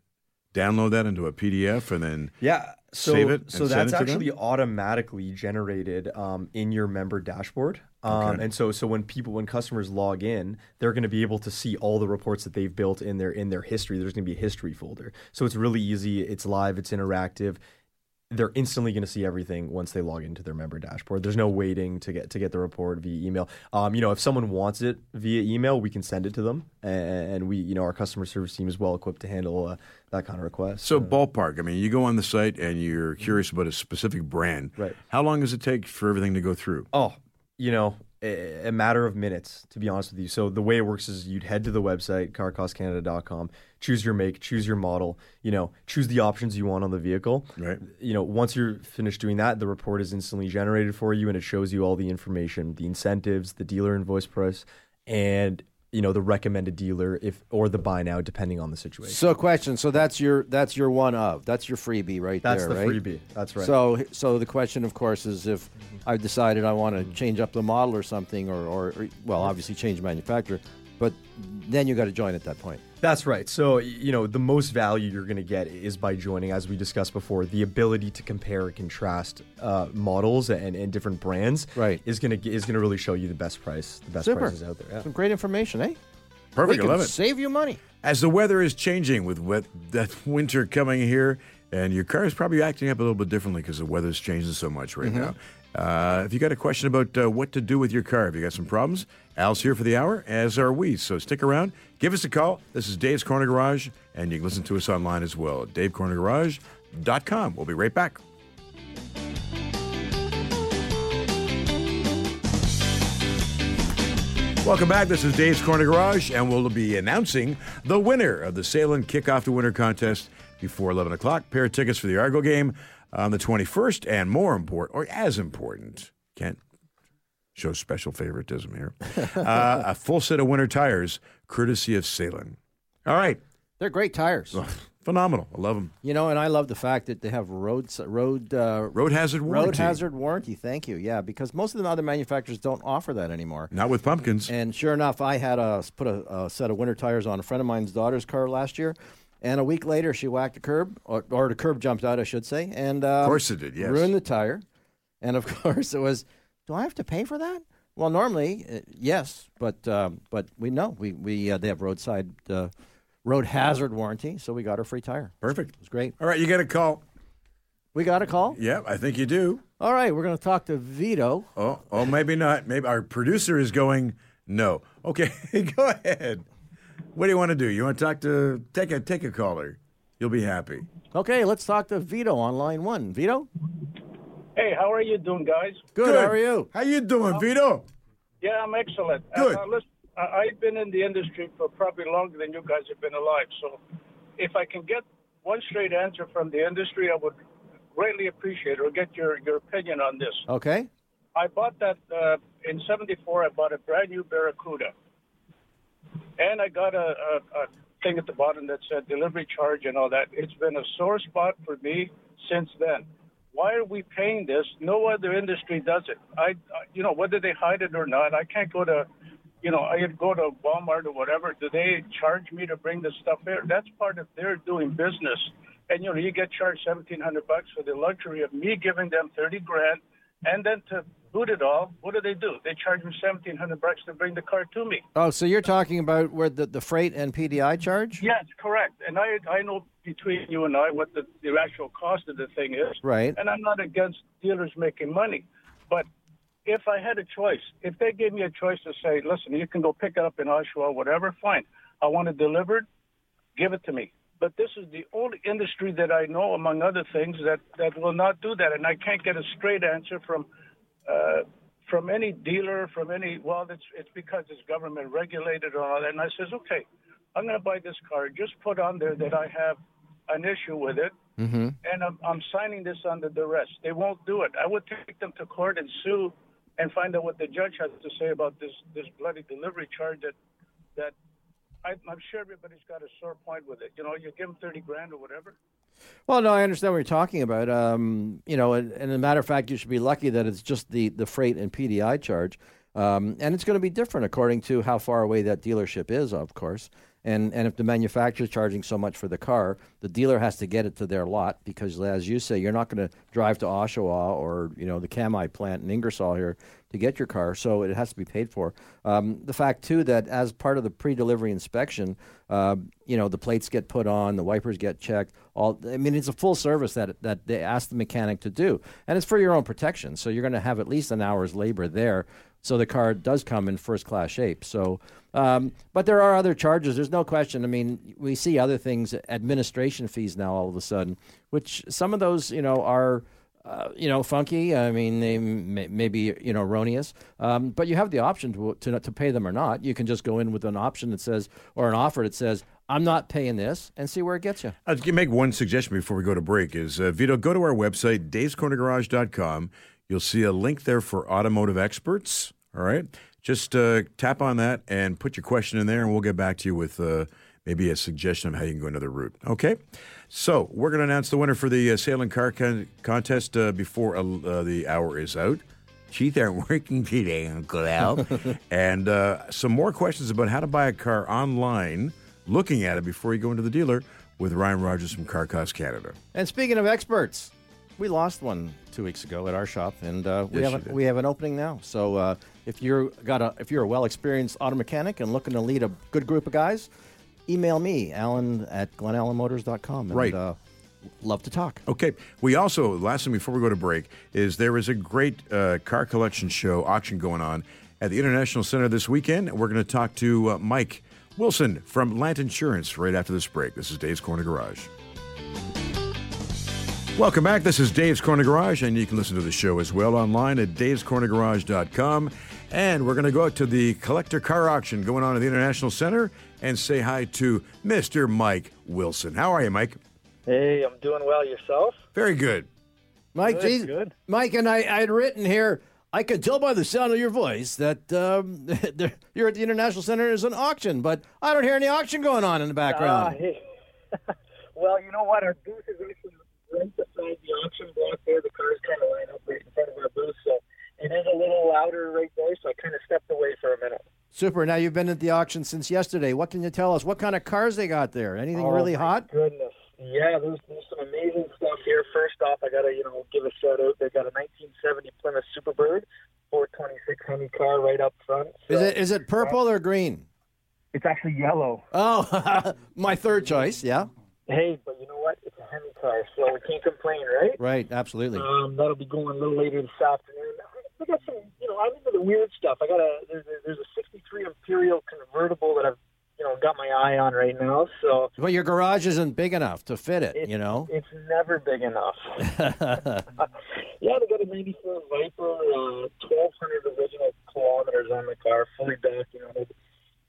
[SPEAKER 3] download that into a PDF and then?
[SPEAKER 5] Yeah. So,
[SPEAKER 3] Save it
[SPEAKER 5] so
[SPEAKER 3] and send
[SPEAKER 5] that's
[SPEAKER 3] it to them?
[SPEAKER 5] actually automatically generated um, in your member dashboard. Um, And so, so when people, when customers log in, they're going to be able to see all the reports that they've built in their in their history. There's going to be a history folder, so it's really easy. It's live. It's interactive. They're instantly going to see everything once they log into their member dashboard. There's no waiting to get to get the report via email. Um, you know, if someone wants it via email, we can send it to them, and, and we, you know, our customer service team is well equipped to handle uh, that kind of request.
[SPEAKER 3] So ballpark. I mean, you go on the site and you're curious about a specific brand.
[SPEAKER 5] Mm-hmm. Right.
[SPEAKER 3] How long does it take for everything to go through?
[SPEAKER 5] Oh, you know, a, a matter of minutes, to be honest with you. So the way it works is you'd head to the website, carcostcanada.com, choose your make, choose your model, you know, choose the options you want on the vehicle.
[SPEAKER 3] Right.
[SPEAKER 5] You know, once you're finished doing that, the report is instantly generated for you and it shows you all the information, the incentives, the dealer invoice price, and you know, the recommended dealer if or the buy now, depending on the situation.
[SPEAKER 4] So question. So that's your that's your one of that's your freebie right
[SPEAKER 5] That's
[SPEAKER 4] there.
[SPEAKER 5] the
[SPEAKER 4] right?
[SPEAKER 5] freebie. That's right.
[SPEAKER 4] So so the question, of course, is if I've decided I want to
[SPEAKER 5] Mm-hmm.
[SPEAKER 4] change up the model or something, or or, or well, obviously change manufacturer, but then you got to join at that point.
[SPEAKER 5] That's right. So, y- you know, the most value you're going to get is by joining, as we discussed before, the ability to compare and contrast uh, models and, and different brands.
[SPEAKER 4] Right.
[SPEAKER 5] Is going to is going to really show you the best price, the best
[SPEAKER 4] Super.
[SPEAKER 5] prices out there. Yeah.
[SPEAKER 4] Some great information, eh?
[SPEAKER 3] Perfect.
[SPEAKER 4] we
[SPEAKER 3] I love
[SPEAKER 4] can
[SPEAKER 3] it.
[SPEAKER 4] Save you money.
[SPEAKER 3] As the weather is changing with wet, that winter coming here, and your car is probably acting up a little bit differently because the weather's changing so much right now. Uh, if you got a question about uh, what to do with your car, if you got some problems, Al's here for the hour, as are we. So stick around, give us a call. This is Dave's Corner Garage, and you can listen to us online as well at davecornergarage.com. We'll be right back. Welcome back. This is Dave's Corner Garage, and we'll be announcing the winner of the Salem Kickoff to Winter contest before 11 o'clock. Pair of tickets for the Argo game on the 21st, and more important, or as important, Kent shows special favoritism here, uh, a full set of winter tires courtesy of Salem. All right.
[SPEAKER 4] They're great tires.
[SPEAKER 3] Phenomenal. I love them.
[SPEAKER 4] You know, and I love the fact that they have road s- road uh,
[SPEAKER 3] Road hazard warranty.
[SPEAKER 4] road hazard warranty. Thank you. Yeah, because most of the other manufacturers don't offer that anymore.
[SPEAKER 3] Not with pumpkins.
[SPEAKER 4] And sure enough, I had a put a, a set of winter tires on a friend of mine's daughter's car last year, and a week later she whacked a curb, or, or the curb jumped out, I should say, and um, of
[SPEAKER 3] course it did, yes.
[SPEAKER 4] ruined the tire. And of course it was, do I have to pay for that? Well, normally uh, yes, but um, but we know we we uh, they have roadside uh, road hazard warranty, so we got her free tire.
[SPEAKER 3] Perfect.
[SPEAKER 4] It was great.
[SPEAKER 3] All right, you get a call.
[SPEAKER 4] We got a call.
[SPEAKER 3] Yeah, I think you do.
[SPEAKER 4] All right, we're going to talk to Vito.
[SPEAKER 3] Oh, oh, maybe not. Maybe our producer is going. No. Okay, go ahead. What do you want to do? You want to talk to take a take a caller. You'll be happy.
[SPEAKER 4] Okay, let's talk to Vito on line one. Vito,
[SPEAKER 8] Hey, how are you doing, guys?
[SPEAKER 4] good. How are you?
[SPEAKER 3] How you doing, Vito?
[SPEAKER 8] Yeah, I'm excellent.
[SPEAKER 3] Good.
[SPEAKER 8] Uh, uh, listen, I- I've been in the industry for probably longer than you guys have been alive. So if I can get one straight answer from the industry, I would greatly appreciate it or get your, your opinion on this.
[SPEAKER 4] Okay.
[SPEAKER 8] I bought that uh, in 74. I bought a brand new Barracuda. And I got a, a, a thing at the bottom that said delivery charge and all that. It's been a sore spot for me since then. Why are we paying this? No other industry does it. I, I you know, whether they hide it or not, I can't go to you know, I'd go to Walmart or whatever. Do they charge me to bring the stuff here? That's part of their doing business. And you know, you get charged seventeen hundred bucks for the luxury of me giving them thirty grand, and then to boot it all, what do they do? They charge me seventeen hundred bucks to bring the car to me.
[SPEAKER 4] Oh, so you're talking about where the, the freight and PDI charge?
[SPEAKER 8] Yes, correct. And I I know between you and I what the, the actual cost of the thing is.
[SPEAKER 4] Right.
[SPEAKER 8] And I'm not against dealers making money, but if I had a choice, if they gave me a choice to say, listen, you can go pick it up in Oshawa, whatever, fine. I want it delivered, give it to me. But this is the only industry that I know, among other things, that, that will not do that. And I can't get a straight answer from uh, from any dealer, from any, well, it's, it's because it's government regulated and all that. And I says, okay, I'm going to buy this car. Just put on there that I have an issue with it and I'm, I'm signing this under duress. They won't do it. I would take them to court and sue, and find out what the judge has to say about this this bloody delivery charge. That that I, I'm sure everybody's got a sore point with it. You know, you give them thirty grand or whatever.
[SPEAKER 4] Well, no, I understand what you're talking about. Um, you know, and, and as a matter of fact, you should be lucky that it's just the, the freight and PDI charge. Um, and it's going to be different according to how far away that dealership is, of course. And, and if the manufacturer's charging so much for the car, the dealer has to get it to their lot because, as you say, you're not going to drive to Oshawa or you know the Kamai plant in Ingersoll here to get your car, so it has to be paid for. Um, the fact too that as part of the pre-delivery inspection, uh, you know the plates get put on, the wipers get checked. All I mean, it's a full service that that they ask the mechanic to do, and it's for your own protection. So you're going to have at least an hour's labor there. So the car does come in first class shape. So, um, but there are other charges. There's no question. I mean, we see other things, administration fees now all of a sudden, which some of those, you know, are uh, you know, funky. I mean, they may, may be, you know, erroneous. Um, but you have the option to, to, not- to pay them or not. You can just go in with an option that says, or an offer that says, I'm not paying this and see where it gets you.
[SPEAKER 3] I was gonna Uh, make one suggestion before we go to break is uh, Vito, go to our website, davescornergarage.com. You'll see a link there for automotive experts. All right. Just uh, tap on that and put your question in there, and we'll get back to you with uh, maybe a suggestion of how you can go another route. Okay. So we're going to announce the winner for the uh, Sailing Car con- Contest uh, before uh, the hour is out. Keith aren't working today, Uncle Al. and uh, some more questions about how to buy a car online, looking at it before you go into the dealer with Ryan Rogers from Car Cost Canada.
[SPEAKER 4] And speaking of experts, we lost one two weeks ago at our shop, and uh, we
[SPEAKER 3] Yes, you
[SPEAKER 4] have
[SPEAKER 3] did.
[SPEAKER 4] a, we have an opening now. So uh, if you're got a if you're a well experienced auto mechanic and looking to lead a good group of guys, email me Alan at glenallenmotors.com. And,
[SPEAKER 3] Right.
[SPEAKER 4] Uh, love to talk.
[SPEAKER 3] Okay. We also, last thing before we go to break, is there is a great uh, car collection show auction going on at the International Center this weekend. We're going to talk to uh, Mike Wilson from Lant Insurance right after this break. This is Dave's Corner Garage. Welcome back. This is Dave's Corner Garage, and you can listen to the show as well online at davescornergarage.com. And we're going to go out to the collector car auction going on at the International Center and say hi to Mr. Mike Wilson. How are you, Mike?
[SPEAKER 9] Hey, I'm doing well. Yourself?
[SPEAKER 3] Very good.
[SPEAKER 4] Mike,
[SPEAKER 9] Good,
[SPEAKER 4] geez-
[SPEAKER 9] good.
[SPEAKER 4] Mike, and I I had written here. I could tell by the sound of your voice that um, there- you're at the International Center. There's an auction, but I don't hear any auction going on in the
[SPEAKER 9] Ah,
[SPEAKER 4] background.
[SPEAKER 9] hey. well, you know what? Our booth is actually right beside the auction block there. The cars kind of line up right in front of our booth, so it is a little louder right there. So I kind of stepped away for a minute.
[SPEAKER 4] Super. Now you've been at the auction since yesterday. What can you tell us? What kind of cars they got there? Anything really
[SPEAKER 9] Oh, my
[SPEAKER 4] hot?
[SPEAKER 9] Goodness. Yeah, there's, there's some amazing stuff here. First off, I gotta you know give a shout out. They got a 1970 Plymouth Superbird, 426 Hemi car right up front.
[SPEAKER 4] Is
[SPEAKER 9] So
[SPEAKER 4] it is it purple or green?
[SPEAKER 9] It's actually yellow.
[SPEAKER 4] Oh, my third choice. Yeah.
[SPEAKER 9] Hey, but you know what? It's a Hemi car, so we can't complain, right?
[SPEAKER 4] Right. Absolutely.
[SPEAKER 9] Um, that'll be going a little later this afternoon. I got some, you know, I'm into the weird stuff. I got a there's, there's a '63 Imperial convertible that I've, you know, got my eye on right now. So
[SPEAKER 4] But your garage isn't big enough to fit it.
[SPEAKER 9] It-
[SPEAKER 4] You know.
[SPEAKER 9] it's never big enough. yeah, they got a '94 Viper, uh, 1,200 original kilometers on the car, fully documented.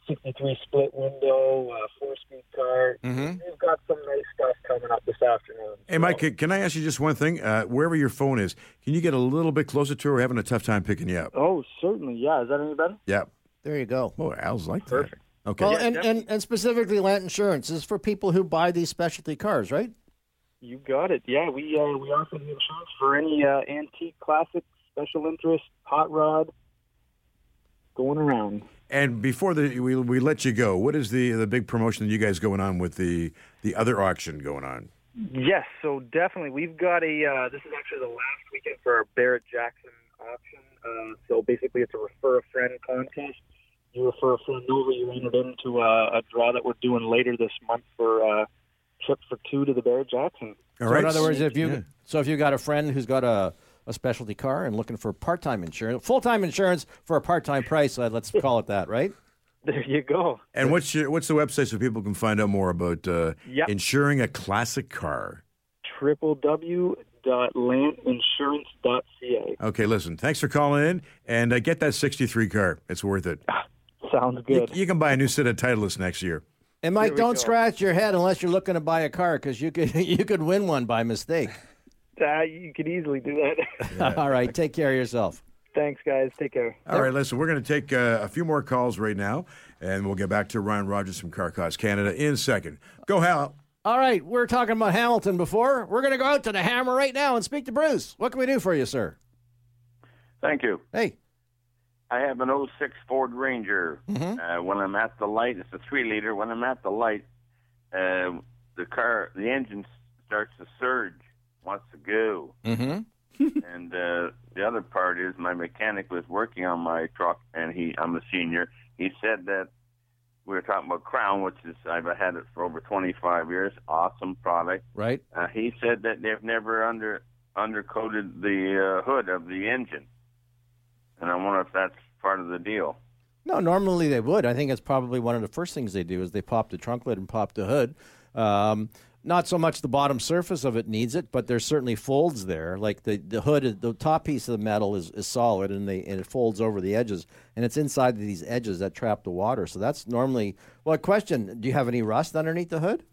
[SPEAKER 9] 63 split window, uh, four-speed car.
[SPEAKER 4] Mm-hmm.
[SPEAKER 9] We've got some nice stuff coming up this afternoon.
[SPEAKER 3] Hey, Mike, can- can I ask you just one thing? Uh, wherever your phone is, can you get a little bit closer to her? We're having a tough time picking you up.
[SPEAKER 9] Oh, certainly. Yeah. Is that any better?
[SPEAKER 3] Yeah.
[SPEAKER 4] There you go.
[SPEAKER 3] Oh, Al's like that.
[SPEAKER 9] Perfect.
[SPEAKER 3] Okay.
[SPEAKER 4] Well, and, and, and specifically, Lant Insurance is for people who buy these specialty cars, right?
[SPEAKER 9] You got it. Yeah, we uh, we offer the insurance for any uh, antique, classic, special interest, hot rod, going around.
[SPEAKER 3] And before the, we, we let you go, what is the, the big promotion that you guys going on with the, the other auction going on?
[SPEAKER 9] Yes, so definitely. We've got a, uh, this is actually the last weekend for our Barrett Jackson auction. Uh, so basically, it's a refer a friend contest. You refer a friend over, you entered into a, a draw that we're doing later this month for uh, trip for two to the Barrett Jackson.
[SPEAKER 3] All
[SPEAKER 4] So
[SPEAKER 3] right.
[SPEAKER 4] in other words, if you
[SPEAKER 3] Yeah.
[SPEAKER 4] so if you got a friend who's got a, a specialty car and looking for part time insurance, full time insurance for a part time price, uh, let's call it that, right?
[SPEAKER 9] There you go.
[SPEAKER 3] And what's your, what's the website so people can find out more about uh,
[SPEAKER 9] Yep.
[SPEAKER 3] insuring a classic car?
[SPEAKER 9] www.landinsurance.ca.
[SPEAKER 3] Okay, listen. Thanks for calling in and uh, get that '63 car. It's worth it.
[SPEAKER 9] Ah, Sounds
[SPEAKER 3] You,
[SPEAKER 9] good.
[SPEAKER 3] you can buy a new set of Titleist next year.
[SPEAKER 4] And Mike, don't scratch your head unless you're looking to buy a car because you could you could win one by mistake.
[SPEAKER 9] Uh, you could easily do that.
[SPEAKER 4] All right, take care of yourself.
[SPEAKER 9] Thanks, guys. Take care.
[SPEAKER 3] All right, listen. We're going to take uh, a few more calls right now, and we'll get back to Ryan Rogers from Car Cost Canada in a second. Go Hal.
[SPEAKER 4] All right, we we're talking about Hamilton before. We're going to go out to the Hammer right now and speak to Bruce. What can we do for you, sir?
[SPEAKER 10] Thank you.
[SPEAKER 4] Hey,
[SPEAKER 10] I have an 06 Ford Ranger.
[SPEAKER 11] Mm-hmm.
[SPEAKER 10] Uh, when I'm at the light, it's a three liter. When I'm at the light, uh, the car, the engine s- starts to surge, wants to go. Mm-hmm. and uh, the other part is my mechanic was working on my truck, and he, I'm a senior. He said that we were talking about Crown, which is I've had it for over 25 years. Awesome product.
[SPEAKER 4] right?
[SPEAKER 10] Uh, he said that they've never under undercoated the uh, hood of the engine, and I wonder if that's part of the deal.
[SPEAKER 4] No, normally they would. I think it's probably one of the first things they do is they pop the trunk lid and pop the hood. Um, not so much the bottom surface of it needs it, but there's certainly folds there. Like the, the hood, is- the top piece of the metal is, is solid and, they, and it folds over the edges. And it's inside these edges that trap the water. So that's normally. Well, question Do you have any rust underneath the hood?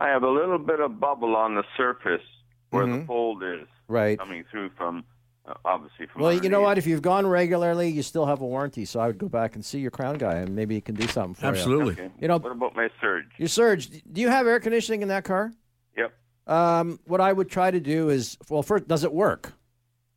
[SPEAKER 10] I have a little bit of bubble on the surface where the fold is
[SPEAKER 4] Mm-hmm. Right.
[SPEAKER 10] coming through from, uh, obviously from.
[SPEAKER 4] Well, you know what?
[SPEAKER 10] underneath.
[SPEAKER 4] If you've gone regularly, you still have a warranty. So I would go back and see your crown guy and maybe he can do something for you.
[SPEAKER 3] Absolutely.
[SPEAKER 10] Okay.
[SPEAKER 4] you know-
[SPEAKER 10] what about my surge?
[SPEAKER 4] Your Surge, do you have air conditioning in that car?
[SPEAKER 10] Yep.
[SPEAKER 4] Um, what I would try to do is, well, first, does it work?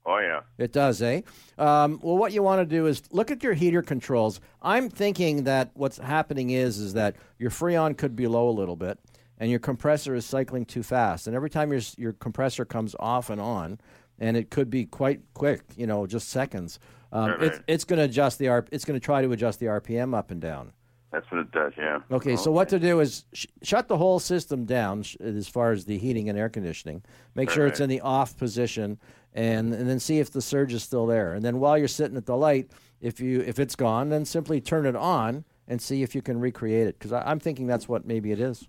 [SPEAKER 10] Oh yeah.
[SPEAKER 4] It does, eh? Um, well, what you want to do is look at your heater controls. I'm thinking that what's happening is is that your Freon could be low a little bit, and your compressor is cycling too fast. And every time your s- your compressor comes off and on, and it could be quite quick, you know, just seconds. Um,
[SPEAKER 10] Right,
[SPEAKER 4] It's
[SPEAKER 10] right.
[SPEAKER 4] it's going to adjust the R. It's going to try to adjust the RPM up and down.
[SPEAKER 10] That's what it does. Yeah.
[SPEAKER 4] Okay, so what to do is sh- shut the whole system down sh- as far as the heating and air conditioning. Make sure it's in the off position, and, and then see if the surge is still there. And then while you're sitting at the light, if you if it's gone, then simply turn it on and see if you can recreate it. Because I'm thinking that's what maybe it is.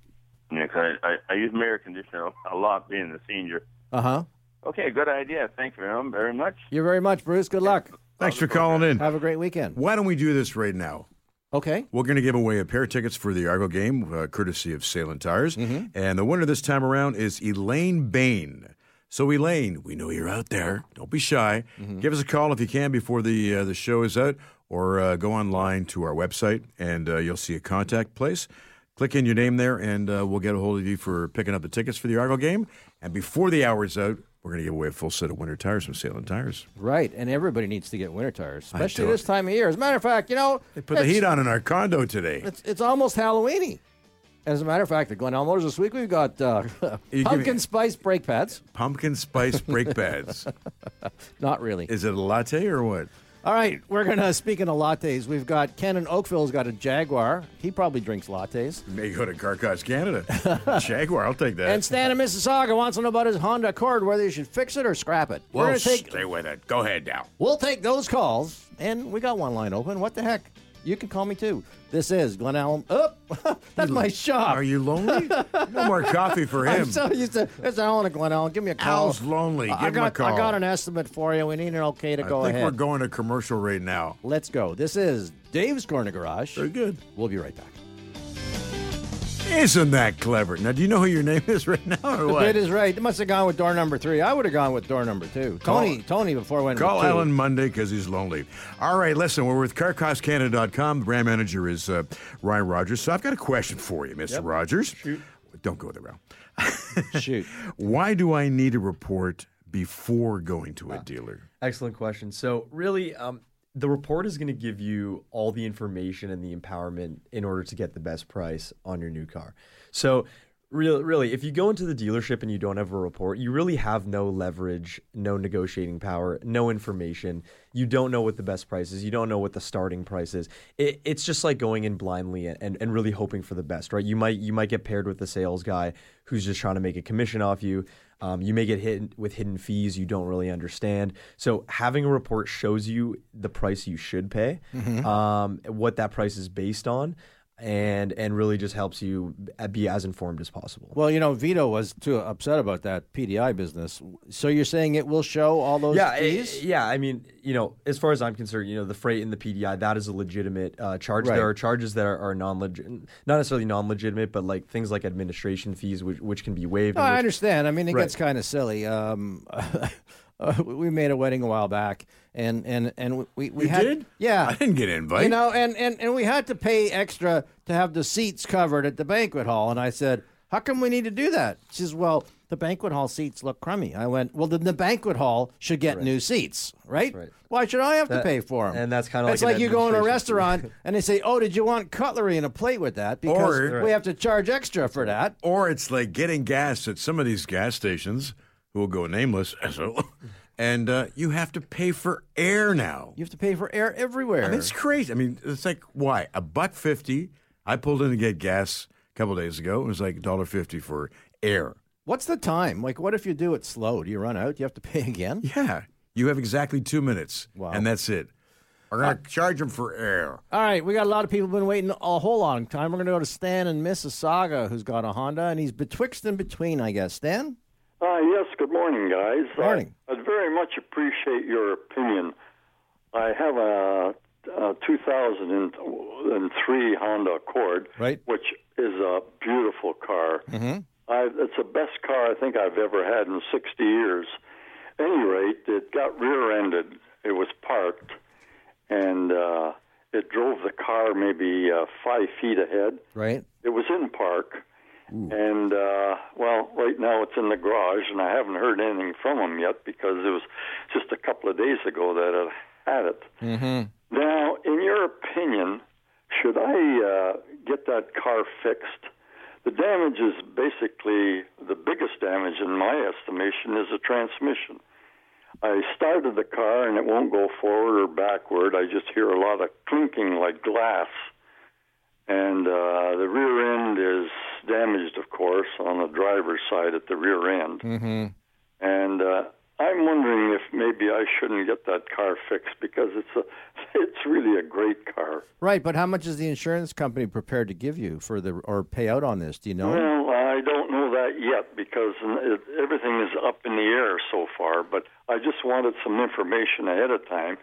[SPEAKER 10] Yeah, 'cause I, I, I use my air conditioner a lot being a senior.
[SPEAKER 4] Uh huh.
[SPEAKER 10] Okay, good idea. Thank you um, very much.
[SPEAKER 4] You very much, Bruce. Good luck.
[SPEAKER 3] Thanks for calling in.
[SPEAKER 4] Have a great weekend.
[SPEAKER 3] Why don't we do this right now?
[SPEAKER 4] Okay.
[SPEAKER 3] We're going to give away a pair of tickets for the Argo game, uh, courtesy of Salem Tires.
[SPEAKER 4] Mm-hmm.
[SPEAKER 3] And the winner this time around is Elaine Bain. So, Elaine, we know you're out there. Don't be shy.
[SPEAKER 4] Mm-hmm.
[SPEAKER 3] Give us a call if you can before the uh, the show is out, or uh, go online to our website and uh, you'll see a contact place. Click in your name there, and uh, we'll get a hold of you for picking up the tickets for the Argo game. And before the hour is out, we're going to give away a full set of winter tires from Salem Tires.
[SPEAKER 4] Right, and everybody needs to get winter tires,
[SPEAKER 3] I
[SPEAKER 4] especially
[SPEAKER 3] don't-
[SPEAKER 4] this time of year. As a matter of fact, you know
[SPEAKER 3] They put the heat on in our condo today.
[SPEAKER 4] It's, it's almost Halloweeny. As a matter of fact, at Glen Elmore this week we've got uh,
[SPEAKER 3] You give
[SPEAKER 4] pumpkin
[SPEAKER 3] me-
[SPEAKER 4] spice brake pads.
[SPEAKER 3] Pumpkin spice brake pads.
[SPEAKER 4] Not really.
[SPEAKER 3] Is it a latte or what?
[SPEAKER 4] All right, we're gonna speaking of lattes. We've got Ken in Oakville's got a Jaguar. He probably drinks lattes.
[SPEAKER 3] May go to Carcass Canada. Jaguar, I'll take that.
[SPEAKER 4] And Stan in Mississauga wants to know about his Honda Accord, whether you should fix it or scrap it. We're
[SPEAKER 3] well,
[SPEAKER 4] gonna take
[SPEAKER 3] stay with it. Go ahead now.
[SPEAKER 4] We'll take those calls, and we got one line open. What the heck? You can call me too. This is Glen Alum. Oh, that's my shop.
[SPEAKER 3] Are you lonely? no more coffee for him.
[SPEAKER 4] I'm so used to it's Alan and Glen Allen. Give me a call.
[SPEAKER 3] Al's lonely.
[SPEAKER 4] I
[SPEAKER 3] Give him
[SPEAKER 4] got,
[SPEAKER 3] a call.
[SPEAKER 4] I got an estimate for you. We need an okay to
[SPEAKER 3] I
[SPEAKER 4] go
[SPEAKER 3] think
[SPEAKER 4] ahead.
[SPEAKER 3] we're going to commercial right now.
[SPEAKER 4] Let's go. This is Dave's Corner Garage.
[SPEAKER 3] Very good.
[SPEAKER 4] We'll be right back.
[SPEAKER 3] Isn't that clever? Now, do you know who your name is right now or what?
[SPEAKER 4] It is right. It must have gone with door number three. I would have gone with door number two.
[SPEAKER 3] Call-
[SPEAKER 4] Tony, Tony before went
[SPEAKER 3] Call
[SPEAKER 4] with two.
[SPEAKER 3] Alan Monday because he's lonely. All right, listen, we're with CarCostCanada.com. The brand manager is uh, Ryan Rogers. So I've got a question for you, Mr. Rogers. Don't go there, Ralph.
[SPEAKER 4] Shoot.
[SPEAKER 3] Why do I
[SPEAKER 4] Ah.
[SPEAKER 3] need a report before going to a dealer?
[SPEAKER 5] Excellent question. So really, um, the report is going to give you all the information and the empowerment in order to get the best price on your new car. So, real, really, if you go into the dealership and you don't have a report, you really have no leverage, no negotiating power, no information. You don't know what the best price is. You don't know what the starting price is. It, it's just like going in blindly and, and, and really hoping for the best, right? You might you might get paired with the sales guy who's just trying to make a commission off you. Um, you may get hit with hidden fees you don't really understand. So having a report shows you the price you should pay,
[SPEAKER 4] Mm-hmm.
[SPEAKER 11] Mhm.
[SPEAKER 5] um, what that price is based on, and and really just helps you be as informed as possible.
[SPEAKER 4] Well, you know, Vito was too upset about that PDI business. So you're saying it will show all those
[SPEAKER 5] yeah, it-
[SPEAKER 4] fees?
[SPEAKER 5] yeah. I mean, you know, as far as I'm concerned, you know, the freight and the PDI that is a legitimate uh, charge.
[SPEAKER 4] Right.
[SPEAKER 5] There are charges that are, are non legit, not necessarily non legitimate, but like things like administration fees, which which can be waived.
[SPEAKER 4] No,
[SPEAKER 5] and
[SPEAKER 4] I
[SPEAKER 5] which-
[SPEAKER 4] understand. I mean, it
[SPEAKER 5] Right.
[SPEAKER 4] gets kind of silly. Um, uh, we made a wedding a while back, and and and we we
[SPEAKER 3] You
[SPEAKER 4] had,
[SPEAKER 3] did?
[SPEAKER 4] Yeah,
[SPEAKER 3] I didn't get an invite.
[SPEAKER 4] You know, and, and and we had to pay extra to have the seats covered at the banquet hall. And I said, "How come we need to do that?" She says, "Well, the banquet hall seats look crummy." I went, "Well, then the banquet hall should get new seats, right? Why should I have to
[SPEAKER 3] Uh,
[SPEAKER 5] That-
[SPEAKER 4] pay for them?"
[SPEAKER 5] and that's kinda
[SPEAKER 4] it's
[SPEAKER 5] like
[SPEAKER 4] like,
[SPEAKER 5] an
[SPEAKER 4] you go in a
[SPEAKER 5] administration fee.
[SPEAKER 4] restaurant and they say, "Oh, did you want cutlery and a plate with that?" Because
[SPEAKER 3] Or-
[SPEAKER 4] we have to charge extra for that.
[SPEAKER 3] Or it's like getting gas at some of these gas stations, who will go nameless, so, and uh, you have to pay for air now.
[SPEAKER 4] You have to pay for air everywhere.
[SPEAKER 3] I mean, it's crazy. I mean, it's like why a buck fifty? I pulled in to get gas a couple days ago. It was like dollar fifty for air.
[SPEAKER 4] What's the time? Like, what if you do it slow? Do you run out? Do you have to pay again?
[SPEAKER 3] Yeah, you have exactly two minutes, and that's it. We're gonna charge them for air.
[SPEAKER 4] All right, we got a lot of people been waiting a whole long time. We're going to go to Stan in Mississauga, who's got a Honda, and he's betwixt and between, I guess. Stan,
[SPEAKER 12] Uh, yes, good morning, guys.
[SPEAKER 4] Morning.
[SPEAKER 12] I, I very much appreciate your opinion. I have a, a 2003 Honda Accord,
[SPEAKER 4] Right.
[SPEAKER 12] which is a beautiful car.
[SPEAKER 4] Mm-hmm.
[SPEAKER 12] I, it's the best car I think I've ever had in 60 years. At any rate, it got rear-ended. It was parked, and uh, it drove the car maybe uh, five feet ahead.
[SPEAKER 4] right?
[SPEAKER 12] It was in park, and uh, well, right now it's in the garage, and I haven't heard anything from him yet because it was just a couple of days ago that I had it.
[SPEAKER 13] Mm-hmm.
[SPEAKER 12] Now, in your opinion, should I uh, get that car fixed? The damage is basically the biggest damage, in my estimation, is the transmission. I started the car and it won't go forward or backward. I just hear a lot of clinking like glass. And uh, the rear end is damaged, of course, on the driver's side at the rear end.
[SPEAKER 4] Mm-hmm.
[SPEAKER 12] And uh, I'm wondering if maybe I shouldn't get that car fixed because it's a, it's really a great car.
[SPEAKER 4] Right, but how much is the insurance company prepared to give you for the or pay out on this? Do you know?
[SPEAKER 12] Well, I don't know that yet because it, everything is up in the air so far. But I just wanted some information ahead of time,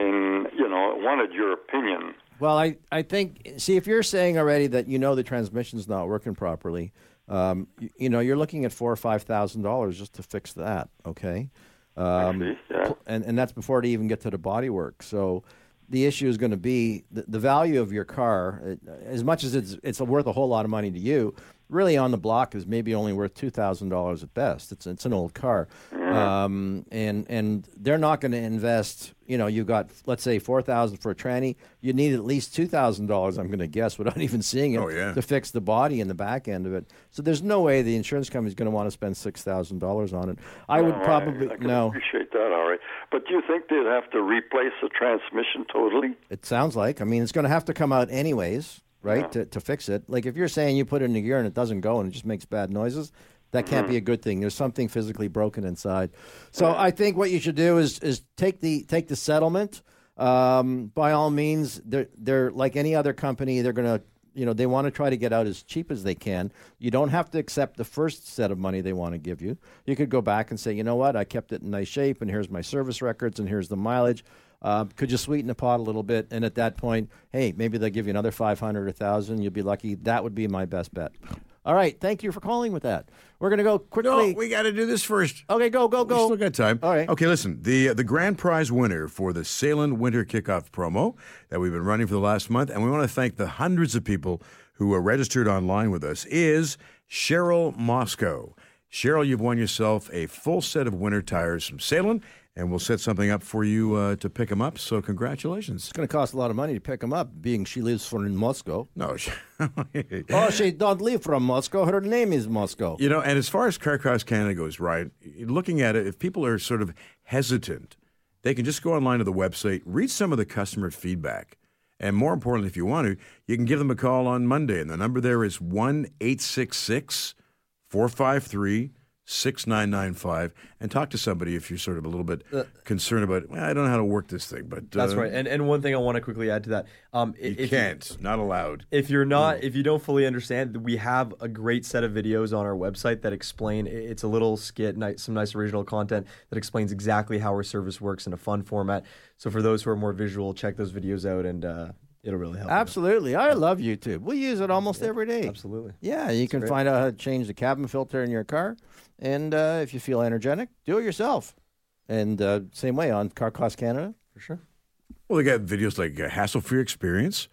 [SPEAKER 12] and you know, wanted your opinion.
[SPEAKER 4] Well, I, I think see if you're saying already that you know the transmission's not working properly, um, y- you, know you're looking at four or five thousand dollars just to fix that. Okay, um, pl- and and that's before they even get to the body work. So the issue is going to be the, the value of your car, it, as much as it's it's worth a whole lot of money to you. Really, on the block is maybe only worth two thousand dollars at best. It's it's an old car, um, and and they're not going to invest. You know, you got let's say four thousand for a tranny. You need at least two thousand dollars. I'm going to guess without even seeing it
[SPEAKER 3] Oh, yeah.
[SPEAKER 4] to fix the body and the back end of it. So there's no way the insurance company's going to want to spend six thousand dollars on it. I would
[SPEAKER 12] Well,
[SPEAKER 4] probably
[SPEAKER 12] I, I can
[SPEAKER 4] no.
[SPEAKER 12] Appreciate that, all right. But do you think they'd have to replace the transmission totally?
[SPEAKER 4] It sounds like. I mean, it's going to have to come out anyways, right? To, to fix it. Like if you're saying you put it in a gear and it doesn't go and it just makes bad noises, that can't be a good thing. There's something physically broken inside. So I think what you should do is is take the take the settlement. Um, by all means, they're they're like any other company. They're going to you know they want to try to get out as cheap as they can. You don't have to accept the first set of money they want to give you. You could go back and say, you know what, I kept it in nice shape, and here's my service records, and here's the mileage. Uh, could you sweeten the pot a little bit? And at that point, hey, maybe they'll give you another 500 or 1,000. You'll be lucky. That would be my best bet. All right. Thank you for calling with that. We're going to go quickly.
[SPEAKER 3] No, we got to do this first.
[SPEAKER 4] Okay, go, go,
[SPEAKER 3] go. We still got time.
[SPEAKER 4] All right.
[SPEAKER 3] Okay, listen. The the grand prize winner for the Salem Winter Kickoff promo that we've been running for the last month, and we want to thank the hundreds of people who are registered online with us, is Cheryl Moscow. Cheryl, you've won yourself a full set of winter tires from Salem, and we'll set something up for you uh, to pick them up. So congratulations. It's
[SPEAKER 4] going to cost a lot of money to pick them up, being she lives from in Moscow.
[SPEAKER 3] No, she,
[SPEAKER 4] oh, she don't live from Moscow. Her name is Moscow.
[SPEAKER 3] You know, and as far as Car Cross Canada goes, right, looking at it, if people are sort of hesitant, they can just go online to the website, read some of the customer feedback. And more importantly, if you want to, you can give them a call on Monday. And the number there is 1 866 453 6995. And talk to somebody if you're sort of a little bit
[SPEAKER 4] Uh,
[SPEAKER 3] concerned about, well, I don't know how to work this thing. but
[SPEAKER 5] That's
[SPEAKER 3] uh,
[SPEAKER 5] right. And and one thing I want to quickly add to that. Um, i-
[SPEAKER 3] You
[SPEAKER 5] if
[SPEAKER 3] can't. not allowed. Mm.
[SPEAKER 5] If you're not, if you don't fully understand, we have a great set of videos on our website that explain. i- It's a little skit, ni- some nice original content that explains exactly how our service works in a fun format. So for those who are more visual, check those videos out, and uh, it'll really help.
[SPEAKER 4] Absolutely. I love YouTube. We use it almost every day.
[SPEAKER 5] Absolutely.
[SPEAKER 4] Yeah, you can
[SPEAKER 5] great.
[SPEAKER 4] find out how to change the cabin filter in your car. And uh, if you feel energetic, do it yourself. And uh, same way on Car Cost Canada.
[SPEAKER 5] For sure.
[SPEAKER 3] Well, they got videos like uh, Hassle Free Experience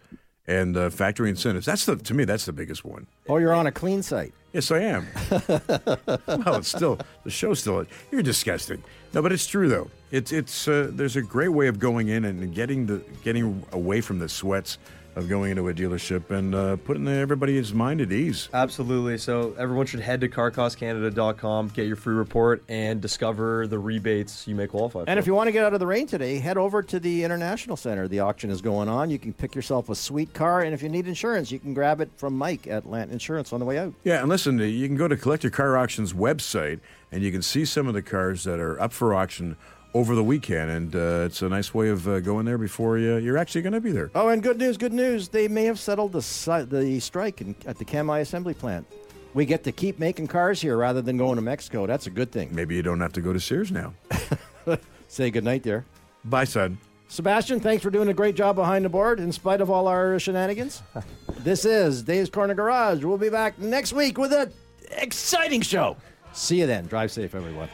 [SPEAKER 3] and uh, Factory Incentives. That's the, to me, that's the biggest one.
[SPEAKER 4] Oh, you're on a clean site.
[SPEAKER 3] Yes, I am. well, it's still the show's still. You're disgusting. No, but it's true though. It's it's uh, there's a great way of going in and getting the getting away from the sweats of going into a dealership and uh, putting everybody's mind at ease.
[SPEAKER 5] Absolutely. So everyone should head to carcostcanada.com, get your free report, and discover the rebates you may qualify for.
[SPEAKER 4] And if you want to get out of the rain today, head over to the International Center. The auction is going on. You can pick yourself a sweet car. And if you need insurance, you can grab it from Mike at Lant Insurance on the way out.
[SPEAKER 3] Yeah, and listen, uh, you can go to Collector Car Auction's website and you can see some of the cars that are up for auction over the weekend, and uh, it's a nice way of uh, going there before you, you're actually going to be there.
[SPEAKER 4] Oh, and good news, good news. They may have settled the, si- the strike in, at the Kamai assembly plant. We get to keep making cars here rather than going to Mexico. That's a good thing.
[SPEAKER 3] Maybe you don't have to go to Sears now.
[SPEAKER 4] Say goodnight there.
[SPEAKER 3] Bye, son.
[SPEAKER 4] Sebastian, thanks for doing a great job behind the board in spite of all our shenanigans. this is Dave's Corner Garage. We'll be back next week with an exciting show. See you then. Drive safe, everyone.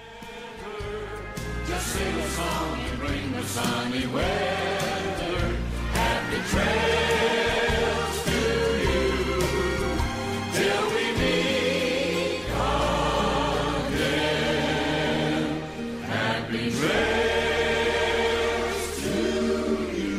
[SPEAKER 11] Just sing a song and bring the sunny weather. Happy trails to you till we meet again. Happy trails to you.